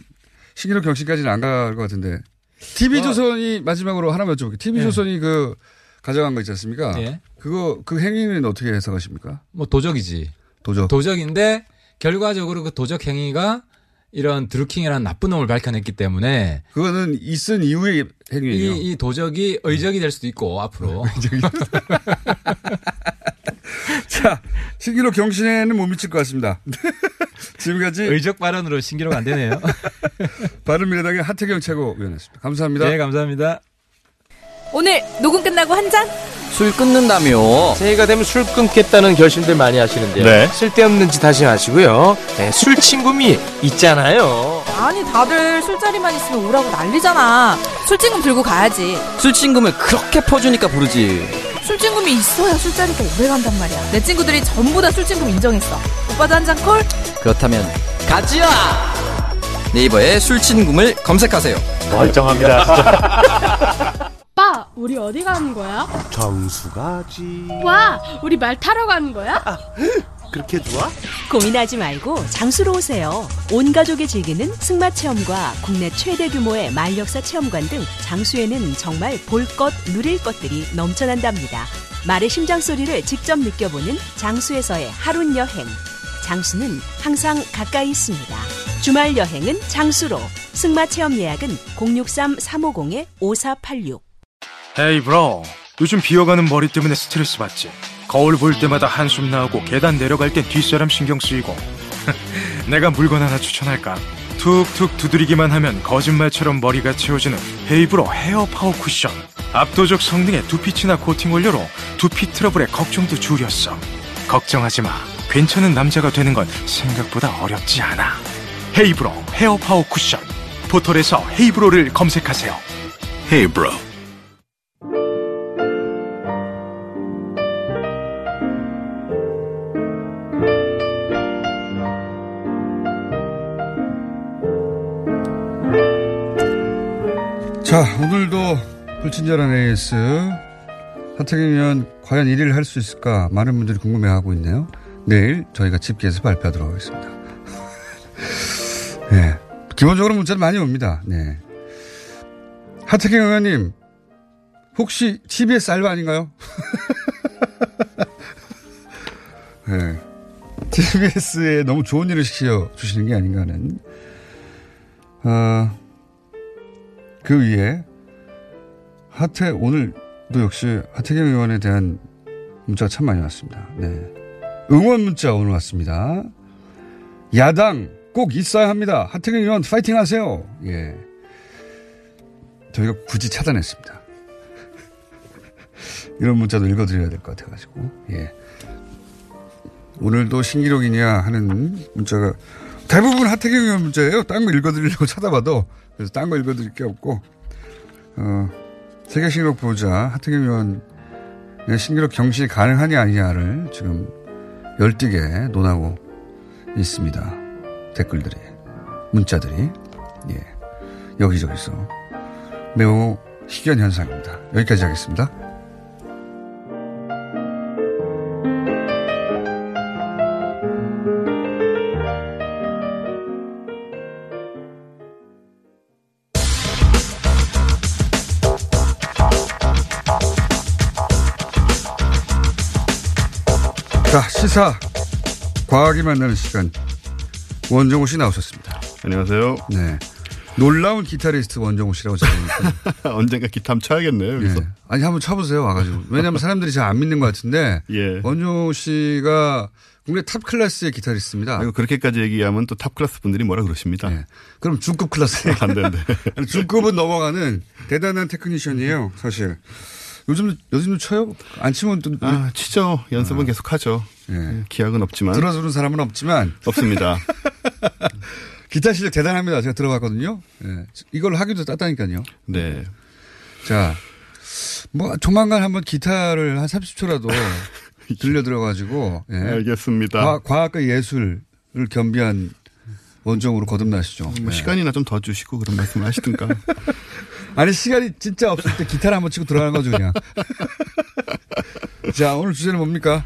신기록 경신까지는 안 갈 것 같은데
뭐
TV조선이 마지막으로 하나만 여쭤볼게요. TV조선이 그 가져간 거 있지 않습니까?
예.
그거 그 행위는 어떻게 해석하십니까?
뭐 도적이지.
도적.
도적인데 결과적으로 그 도적 행위가 이런 드루킹이라는 나쁜 놈을 밝혀냈기 때문에
그거는 있은 이후의 행위예요.
이, 이 도적이 의적이 될 수도 있고 앞으로
자, 신기록 경신에는 못 미칠 것 같습니다. 지금까지
의적 발언으로 신기록 안 되네요.
바른미래당의 하태경 최고위원이었습니다. 감사합니다.
네 감사합니다.
오늘 녹음 끝나고 한 잔?
술 끊는다며 새해가 되면 술 끊겠다는 결심들 많이 하시는데요
네.
쓸데없는 짓 하지 마시고요 네, 술 친구미 있잖아요
아니 다들 술자리만 있으면 오라고 난리잖아. 술친금 들고 가야지.
술 친구미 그렇게 퍼주니까 부르지
술친금이 있어야 술자리가 오래 간단 말이야. 내 친구들이 전부 다 술친금 인정했어. 오빠도 한 잔 콜?
그렇다면 가지야 네이버에 술 친구미를 검색하세요
오빠, 아, 우리 어디 가는 거야? 정수가지. 와, 우리 말 타러 가는 거야?
고민하지 말고 장수로 오세요. 온 가족이 즐기는 승마 체험과 국내 최대 규모의 말역사 체험관 등 장수에는 정말 볼 것, 누릴 것들이 넘쳐난답니다. 말의 심장 소리를 직접 느껴보는 장수에서의 하루 여행. 장수는 항상 가까이 있습니다. 주말 여행은 장수로. 승마 체험 예약은 063-350-5486.
헤이 브로 요즘 비어가는 머리 때문에 스트레스 받지 거울 볼 때마다 한숨 나오고 계단 내려갈 땐 뒷사람 신경 쓰이고 내가 물건 하나 추천할까 툭툭 두드리기만 하면 거짓말처럼 머리가 채워지는 헤이브로 헤어 파워 쿠션 압도적 성능의 두피치나 코팅 원료로 두피 트러블의 걱정도 줄였어 걱정하지 마 괜찮은 남자가 되는 건 생각보다 어렵지 않아 헤이브로 헤어 파워 쿠션 포털에서 헤이브로를 검색하세요 헤이브로
자, 오늘도 불친절한 AS 하태경 의원 과연 1위를 할 수 있을까 많은 분들이 궁금해하고 있네요. 내일 저희가 집계해서 발표하도록 하겠습니다. 네. 기본적으로 문자는 많이 옵니다. 네. 하태경 의원님 혹시 TBS 알바 아닌가요? 네. TBS에 너무 좋은 일을 시켜주시는 게 아닌가 하는 어, 그 위에 하태 오늘도 역시 하태경 의원에 대한 문자가 참 많이 왔습니다. 네. 응원 문자 오늘 왔습니다. 야당 꼭 있어야 합니다. 하태경 의원 파이팅 하세요. 예. 저희가 굳이 찾아냈습니다. 이런 문자도 읽어드려야 될 것 같아가지고. 예. 오늘도 신기록이냐 하는 문자가 대부분 하태경 의원 문자예요. 딴 거 읽어드리려고 찾아봐도 그래서 딴 거 읽어드릴 게 없고 어, 세계 신기록 보자 하태경 의원의 신기록 경신이 가능하냐 아니냐를 지금 열띠게 논하고 있습니다. 댓글들이 문자들이 예 여기저기서 매우 희귀한 현상입니다. 여기까지 하겠습니다. 자, 시사. 과학이 만나는 시간. 원정호 씨 나오셨습니다.
안녕하세요.
네. 놀라운 기타리스트 원정호 씨라고 제가
언젠가 기타 한번 쳐야겠네요. 여기서.
아니 한번 쳐보세요 와가지고 왜냐하면 사람들이 잘 안 믿는 것 같은데
예.
원정호 씨가 국내 탑 클래스의 기타리스트입니다. 네.
아이고, 그렇게까지 얘기하면 또 탑 클래스 분들이 뭐라 그러십니다.
네.
그럼 중급 클래스.
안 되는데.
중급은 넘어가는 대단한 테크니션이에요 사실. 요즘 요즘도 쳐요? 안 치면 또
아, 치죠. 연습은 계속 하죠.
네.
예, 기약은 없지만.
들어주는 사람은 없지만
없습니다.
기타 실력 대단합니다. 제가 들어봤거든요. 예. 이걸 하기도 땄다니까요.
네.
자, 뭐 조만간 한번 기타를 한 30초라도 들려 들어가지고 예.
네. 아,
알겠습니다. 뭐
과, 과학과 예술을 겸비한 원정으로 거듭나시죠.
네.
뭐 시간이나 좀 더 주시고 그런 말씀을 하시든가.
아니 시간이 진짜 없을 때 기타를 한번 치고 들어가는 거죠 그냥. 자 오늘 주제는 뭡니까?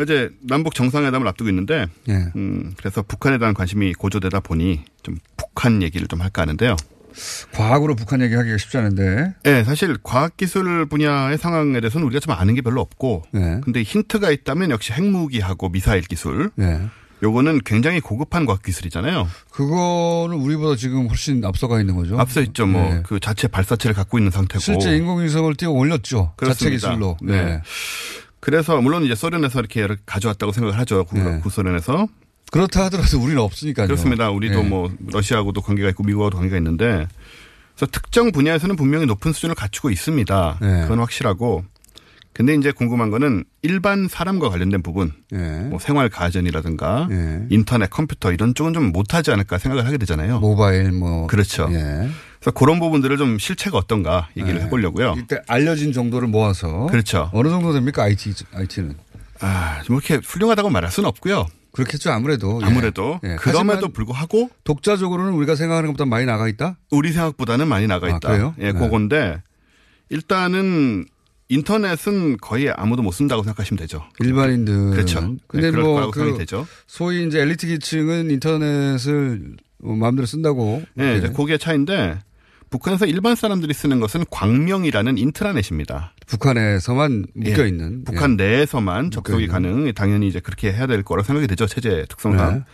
이제 남북 정상회담을 앞두고 있는데,
예.
음, 그래서 북한에 대한 관심이 고조되다 보니 좀 북한 얘기를 좀 할까 하는데요.
과학으로 북한 얘기하기가 쉽지 않은데.
네, 사실 과학기술 분야의 상황에 대해서는 우리가 좀 아는 게 별로 없고,
네.
근데 힌트가 있다면 역시 핵무기하고 미사일 기술,
예.
요거는 굉장히 고급한 과학기술이잖아요.
그거는 우리보다 지금 훨씬 앞서가 있는 거죠.
앞서 있죠, 뭐
예.
그 자체 발사체를 갖고 있는 상태고.
실제 인공위성을 띄워 올렸죠. 자체
그렇습니다.
기술로.
네.
예.
그래서 물론 이제 소련에서 이렇게 여러- 가져왔다고 생각을 하죠. 구, 구소련에서.
네. 그렇다 하더라도 우리는 없으니까요.
그렇습니다. 우리도
예.
뭐 러시아하고도 관계가 있고 미국하고도 관계가 있는데 그래서 특정 분야에서는 분명히 높은 수준을 갖추고 있습니다.
네.
그건 확실하고. 근데 이제 궁금한 거는 일반 사람과 관련된 부분,
네.
뭐 생활 가전이라든가 인터넷, 컴퓨터 이런 쪽은 좀 못하지 않을까 생각을 하게 되잖아요.
모바일 뭐
그렇죠. 그래서 그런 부분들을 좀 실체가 어떤가 얘기를 해보려고요.
일단 예. 알려진 정도를 모아서
그렇죠.
어느 정도 됩니까 IT IT는?
아, 뭐 이렇게 훌륭하다고 말할 수는 없고요.
그렇겠죠 아무래도 예.
아무래도
예.
그럼에도
하지만
불구하고
독자적으로는 우리가 생각하는 것보다 많이 나가 있다.
우리 생각보다는 많이 나가
아,
있다.
그래요? 네.
예, 그건데 일단은 인터넷은 거의 아무도 못 쓴다고 생각하시면 되죠.
일반인들
그렇죠.
근데
네, 그럴
뭐
거라고 생각이
그
되죠.
소위 이제 엘리트 계층은 인터넷을 어, 마음대로 쓴다고.
예, 이제 그게 차인데 북한에서 일반 사람들이 쓰는 것은 광명이라는 인트라넷입니다.
북한에서만 묶여 있는.
예.
예.
북한 내에서만 접속이 가능. 당연히 이제 그렇게 해야 될 거라 고 생각이 되죠. 체제 예, 특성상.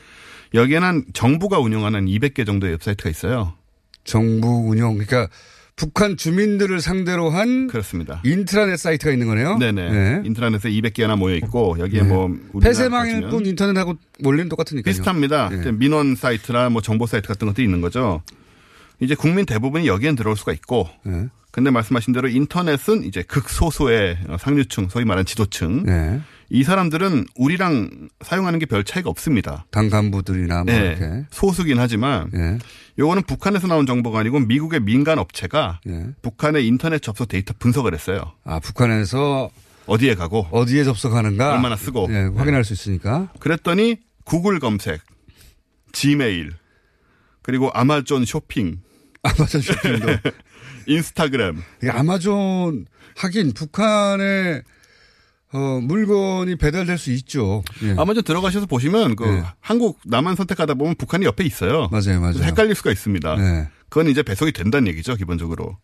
네.
여기에는 정부가 운영하는 200개 정도의 웹사이트가 있어요.
정부 운영 그러니까 북한 주민들을 상대로 한
그렇습니다.
인트라넷 사이트가 있는 거네요.
네네. 인트라넷에 200개나 모여 있고 여기에
네.
뭐 우리나라
폐쇄망일
따지면
뿐 인터넷하고 원리는 똑같으니까요.
비슷합니다. 이제 민원 사이트나 뭐 정보 사이트 같은 것도 있는 거죠. 이제 국민 대부분이 여기엔 들어올 수가 있고, 근데 말씀하신 대로 인터넷은 이제 극소수의 상류층, 소위 말하는 지도층,
네.
이 사람들은 우리랑 사용하는 게 별 차이가 없습니다.
당 간부들이나
네.
뭐 이렇게. 예.
소수긴 하지만 요거는 북한에서 나온 정보가 아니고 미국의 민간 업체가 북한의 인터넷 접속 데이터 분석을 했어요.
예. 아 북한에서
어디에 가고
어디에 접속하는가
얼마나 쓰고
예, 확인할 수 있으니까
그랬더니 구글 검색, 지메일, 그리고 아마존 쇼핑.
아마존 쇼핑도.
인스타그램.
이게 아마존 하긴 북한에 어, 물건이 배달될 수 있죠. 예.
아마존 들어가셔서 보시면 그 한국 나만 선택하다 보면 북한이 옆에 있어요.
맞아요, 맞아요. 예.
그래서 헷갈릴 수가 있습니다. 그건 이제 배송이 된다는 얘기죠, 기본적으로.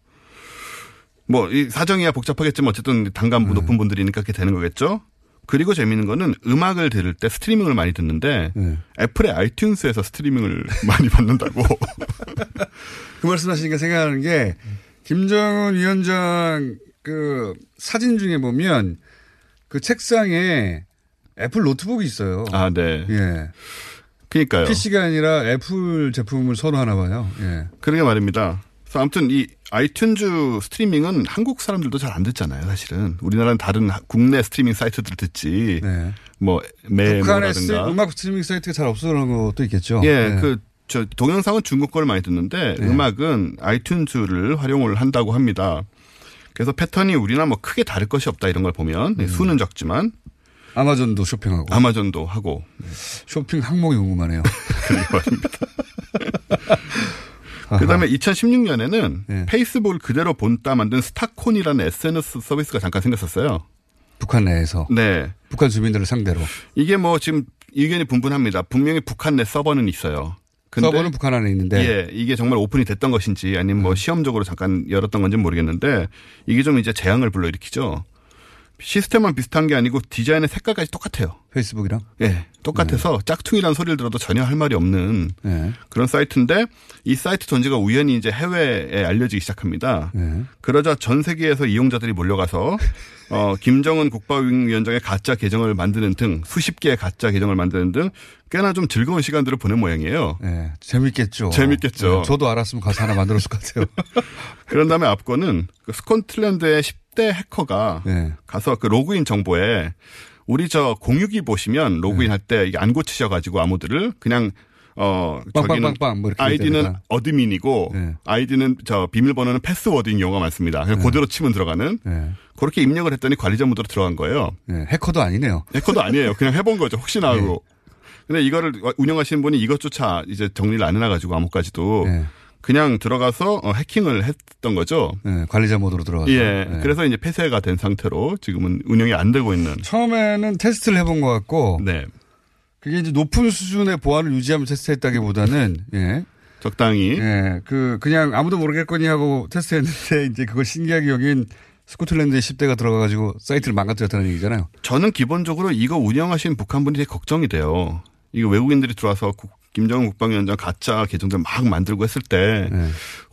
뭐, 이 사정이야 복잡하겠지만 어쨌든 당간부 높은 분들이니까 그렇게 되는 거겠죠? 그리고 재밌는 거는 음악을 들을 때 스트리밍을 많이 듣는데 애플의 아이튠스에서 스트리밍을 많이 받는다고.
그 말씀하시니까 생각하는 게 김정은 위원장 그 사진 중에 보면 그 책상에 애플 노트북이 있어요.
아, 네.
예.
그니까요.
PC가 아니라 애플 제품을 선호하나 봐요. 예.
그러게 말입니다. 그래서 아무튼 이 아이튠즈 스트리밍은 한국 사람들도 잘 안 듣잖아요, 사실은. 우리나라는 다른 하- 국내 스트리밍 사이트들 듣지. 뭐
북한에 쓰
메모라든가.
음악 스트리밍 사이트가 잘 없어 그런 것도 있겠죠.
예, 그, 저, 동영상은 중국 거를 많이 듣는데
네.
음악은 아이튠즈를 활용을 한다고 합니다. 그래서 패턴이 우리나 뭐 크게 다를 것이 없다 이런 걸 보면 네,
음.
수는 적지만
아마존도 쇼핑하고
아마존도 하고
쇼핑 항목이 궁금하네요.
그다음에 2016년에는
예.
페이스북을 그대로 본따 만든 스타콘이라는 SNS 서비스가 잠깐 생겼었어요.
북한 내에서
네.
북한 주민들을 상대로
이게 뭐 지금 의견이 분분합니다. 분명히 북한 내 서버는 있어요.
서버는 북한 안에 있는데
예, 이게 정말 오픈이 됐던 것인지 아니면 뭐 시험적으로 잠깐 열었던 건지 는 모르겠는데 이게 좀 이제 재앙을 불러일으키죠. 시스템만 비슷한 게 아니고 디자인의 색깔까지 똑같아요.
페이스북이랑? 네.
예, 똑같아서 짝퉁이라는 소리를 들어도 전혀 할 말이 없는
예.
그런 사이트인데 이 사이트 존재가 우연히 이제 해외에 알려지기 시작합니다.
예.
그러자 전 세계에서 이용자들이 몰려가서 어, 김정은 국방위원장의 가짜 계정을 만드는 등 수십 개의 가짜 계정을 만드는 등 꽤나 좀 즐거운 시간들을 보낸 모양이에요.
예, 재밌겠죠.
재밌겠죠.
예, 저도 알았으면 가서 하나 만들었을 것 같아요.
그런 다음에 앞거는 그 스코틀랜드의 10대 해커가
예.
가서 그 로그인 정보에 우리 저 공유기 보시면
네.
로그인 할 때 안 고치셔가지고 아무들을 그냥 어 저기는
빵빵빵빵 뭐 이렇게
아이디는
되니까. 네.
어드민이고 아이디는 저 비밀번호는 패스워드인 경우가 많습니다. 그냥 그대로 치면 들어가는
예.
그렇게 입력을 했더니 관리자문으로 들어간 거예요.
예, 해커도 아니네요.
해커도 아니에요. 그냥 해본 거죠. 혹시나 하고.
네.
근데 이거를 운영하시는 분이 이것조차 이제 정리를 안 해놔가지고 아무까지도
네.
그냥 들어가서 어, 해킹을 했던 거죠.
예, 관리자 모드로 들어가서.
예.
예.
그래서 이제 폐쇄가 된 상태로 지금은 운영이 안 되고 있는.
처음에는 테스트를 해본 것 같고.
네.
그게 이제 높은 수준의 보안을 유지하면 테스트했다기보다는 예.
적당히.
예. 그 그냥 아무도 모르겠거니 하고 테스트했는데 이제 그걸 신기하게 여긴 스코틀랜드의 10대가 들어가 가지고 사이트를 망가뜨렸다는 얘기잖아요.
저는 기본적으로 이거 운영하시는 북한 분들이 되게 걱정이 돼요. 이거 외국인들이 들어와서 국- 김정은 국방위원장 가짜 계정들 막 만들고 했을 때
네.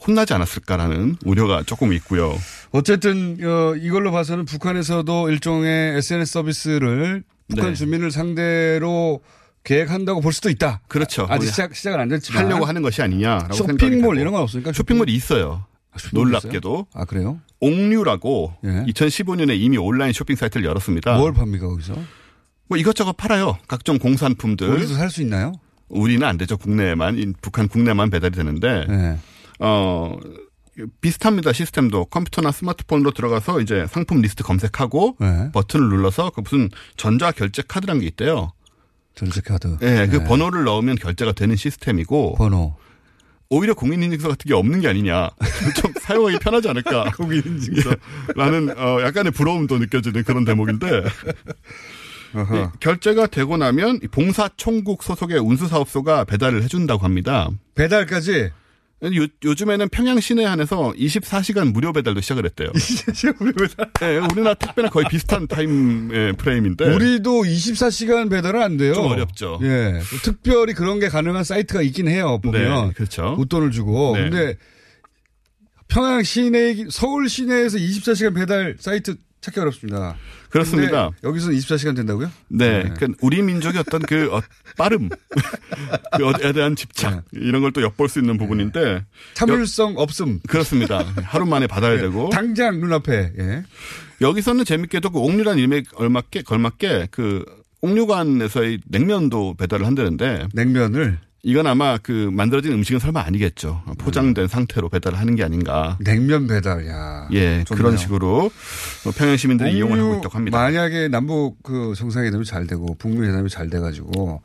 혼나지 않았을까라는 우려가 조금 있고요.
어쨌든 어, 이걸로 봐서는 북한에서도 일종의 SNS 서비스를 북한
네.
주민을 상대로 계획한다고 볼 수도 있다.
그렇죠.
아직 시작 시작은 안 됐지만
하려고 하는 것이 아니냐라고 생각이 되고.
쇼핑몰 이런 건 없으니까
쇼핑몰이 있어요.
쇼핑몰이
놀랍게도.
아 그래요? 예.
옥류라고 2015년에 이미 온라인 쇼핑 사이트를 열었습니다.
뭘 팝니까 거기서?
뭐 이것저것 팔아요. 각종 공산품들.
우리도 살 수 있나요?
우리는 안 되죠. 국내에만 이 북한 국내만 배달이 되는데
예.
어 비슷합니다. 시스템도 컴퓨터나 스마트폰으로 들어가서 이제 상품 리스트 검색하고
네.
어? 버튼을 눌러서 그 무슨 전자 결제 카드라는 게 있대요.
전세 카드.
예, 그 번호를 넣으면 결제가 되는 시스템이고
번호.
오히려 공인인증서 같은 게 없는 게 아니냐. 좀 사용하기 편하지 않을까. 예, 공인인증서라는 어, 약간의 부러움도 느껴지는 그런 대목인데
어허.
이 결제가 되고 나면 이 봉사총국 소속의 운수사업소가 배달을 해준다고 합니다.
배달까지?
요, 요즘에는 평양 시내 한에서 24시간 무료 배달도 시작을 했대요. 예, 우리나라 택배나 거의 비슷한 타임 예, 프레임인데.
우리도 24시간 배달은 안 돼요.
좀 어렵죠.
예. 특별히 그런 게 가능한 사이트가 있긴 해요. 보면
네, 그렇죠.
웃돈을 주고.
네.
근데 평양 시내 서울 시내에서 24시간 배달 사이트 찾기 어렵습니다.
그렇습니다.
근데 여기서는 24시간 된다고요?
네, 그 우리 민족의 어떤 그 어, 빠름, 그에 대한 집착 이런 걸 또 엿볼 수 있는 부분인데
참을성 없음
그렇습니다. 하루 만에 받아야 되고
당장 눈앞에 예.
네. 여기서는 재밌게도 그 옥류란 이름에 걸맞게 걸맞게 그 옥류관에서의 냉면도 배달을 한다는데
냉면을
이건 아마 그 만들어진 음식은 설마 아니겠죠. 포장된 상태로 배달을 하는 게 아닌가.
냉면 배달, 야.
예,
좋네요.
그런 식으로 뭐 평양 시민들이 이용을 하고
옥류-
있다고 합니다.
만약에 남북 그 정상회담이 잘 되고 북미 회담이 잘 돼가지고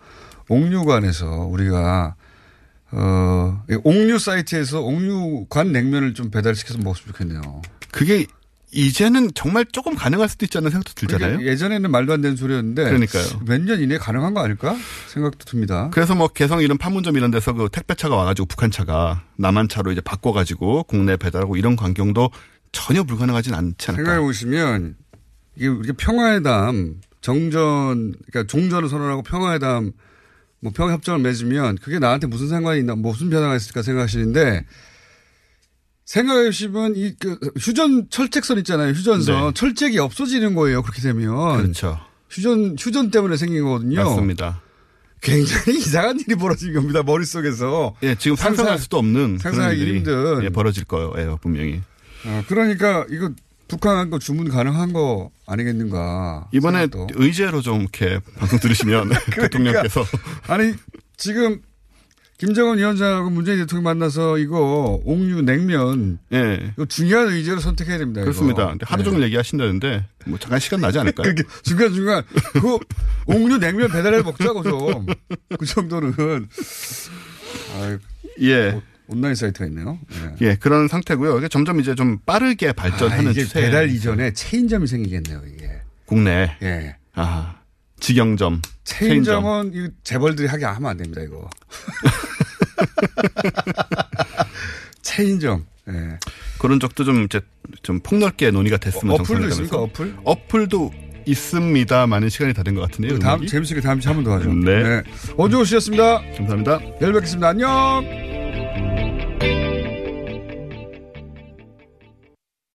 옥류관에서 우리가 어 옥류 사이트에서 옥류관 냉면을 좀 배달시켜서 먹었으면 좋겠네요.
그게 이제는 정말 조금 가능할 수도 있다는 생각도 들잖아요.
그러니까 예전에는 말도 안 되는 소리였는데
그러니까요.
몇 년 이내에 가능한 거 아닐까 생각도 듭니다.
그래서 뭐 개성 이런 판문점 이런 데서 그 택배차가 와가지고 북한 차가 남한 차로 이제 바꿔가지고 국내 배달하고 이런 광경도 전혀 불가능하진 않지 않을까.
생각해 보시면 이게 우리가 평화회담 정전 그러니까 종전을 선언하고 평화회담 뭐 평화 협정을 맺으면 그게 나한테 무슨 상관이 있나 뭐 무슨 변화가 있을까 생각하시는데 생각해 보시면 이 그 휴전 철책선 있잖아요 휴전선
네.
철책이 없어지는 거예요 그렇게 되면
그렇죠.
휴전 휴전 때문에 생긴 거거든요.
맞습니다.
굉장히 이상한 일이 벌어진 겁니다 머릿속에서
예, 지금 상상할 수도 없는
상상하기
그런 일이
힘든
예, 벌어질 거예요, 분명히.
어, 그러니까 이거 북한 거 주문 가능한 거 아니겠는가
이번에 의제로 좀 이렇게 방송 들으시면 대통령께서
아니 지금 김정은 위원장하고 문재인 대통령 만나서 이거 옥류 냉면
예.
이거 중요한 의제로 선택해야 됩니다. 이거.
그렇습니다. 그러니까 근데 하루 종일 얘기하신다는데 뭐 잠깐 시간 나지 않을까요?
그게 중간 중간 그 옥류 냉면 배달해 먹자고 좀 그 정도는 아유,
예.
온라인 사이트가 있네요.
예, 그런 상태고요. 이게 점점 이제 좀 빠르게 발전하는
아, 이게
추세.
배달 이전에 체인점이 생기겠네요. 이게
국내.
예.
아, 직영점.
체인점은 이 재벌들이 하게 하면 안 됩니다. 이거 체인점. 예.
그런 적도 좀 이제 좀 폭넓게 논의가 됐으면
어,
정상회담에서.
어플도 있습니까? 어플?
어플도 있습니다. 많은 시간이 다른 것 같은데요.
다음
음악이?
재밌게 다음 주에 한번 더 하죠.
네.
원주 오씨였습니다.
감사합니다.
내일 뵙겠습니다. 안녕.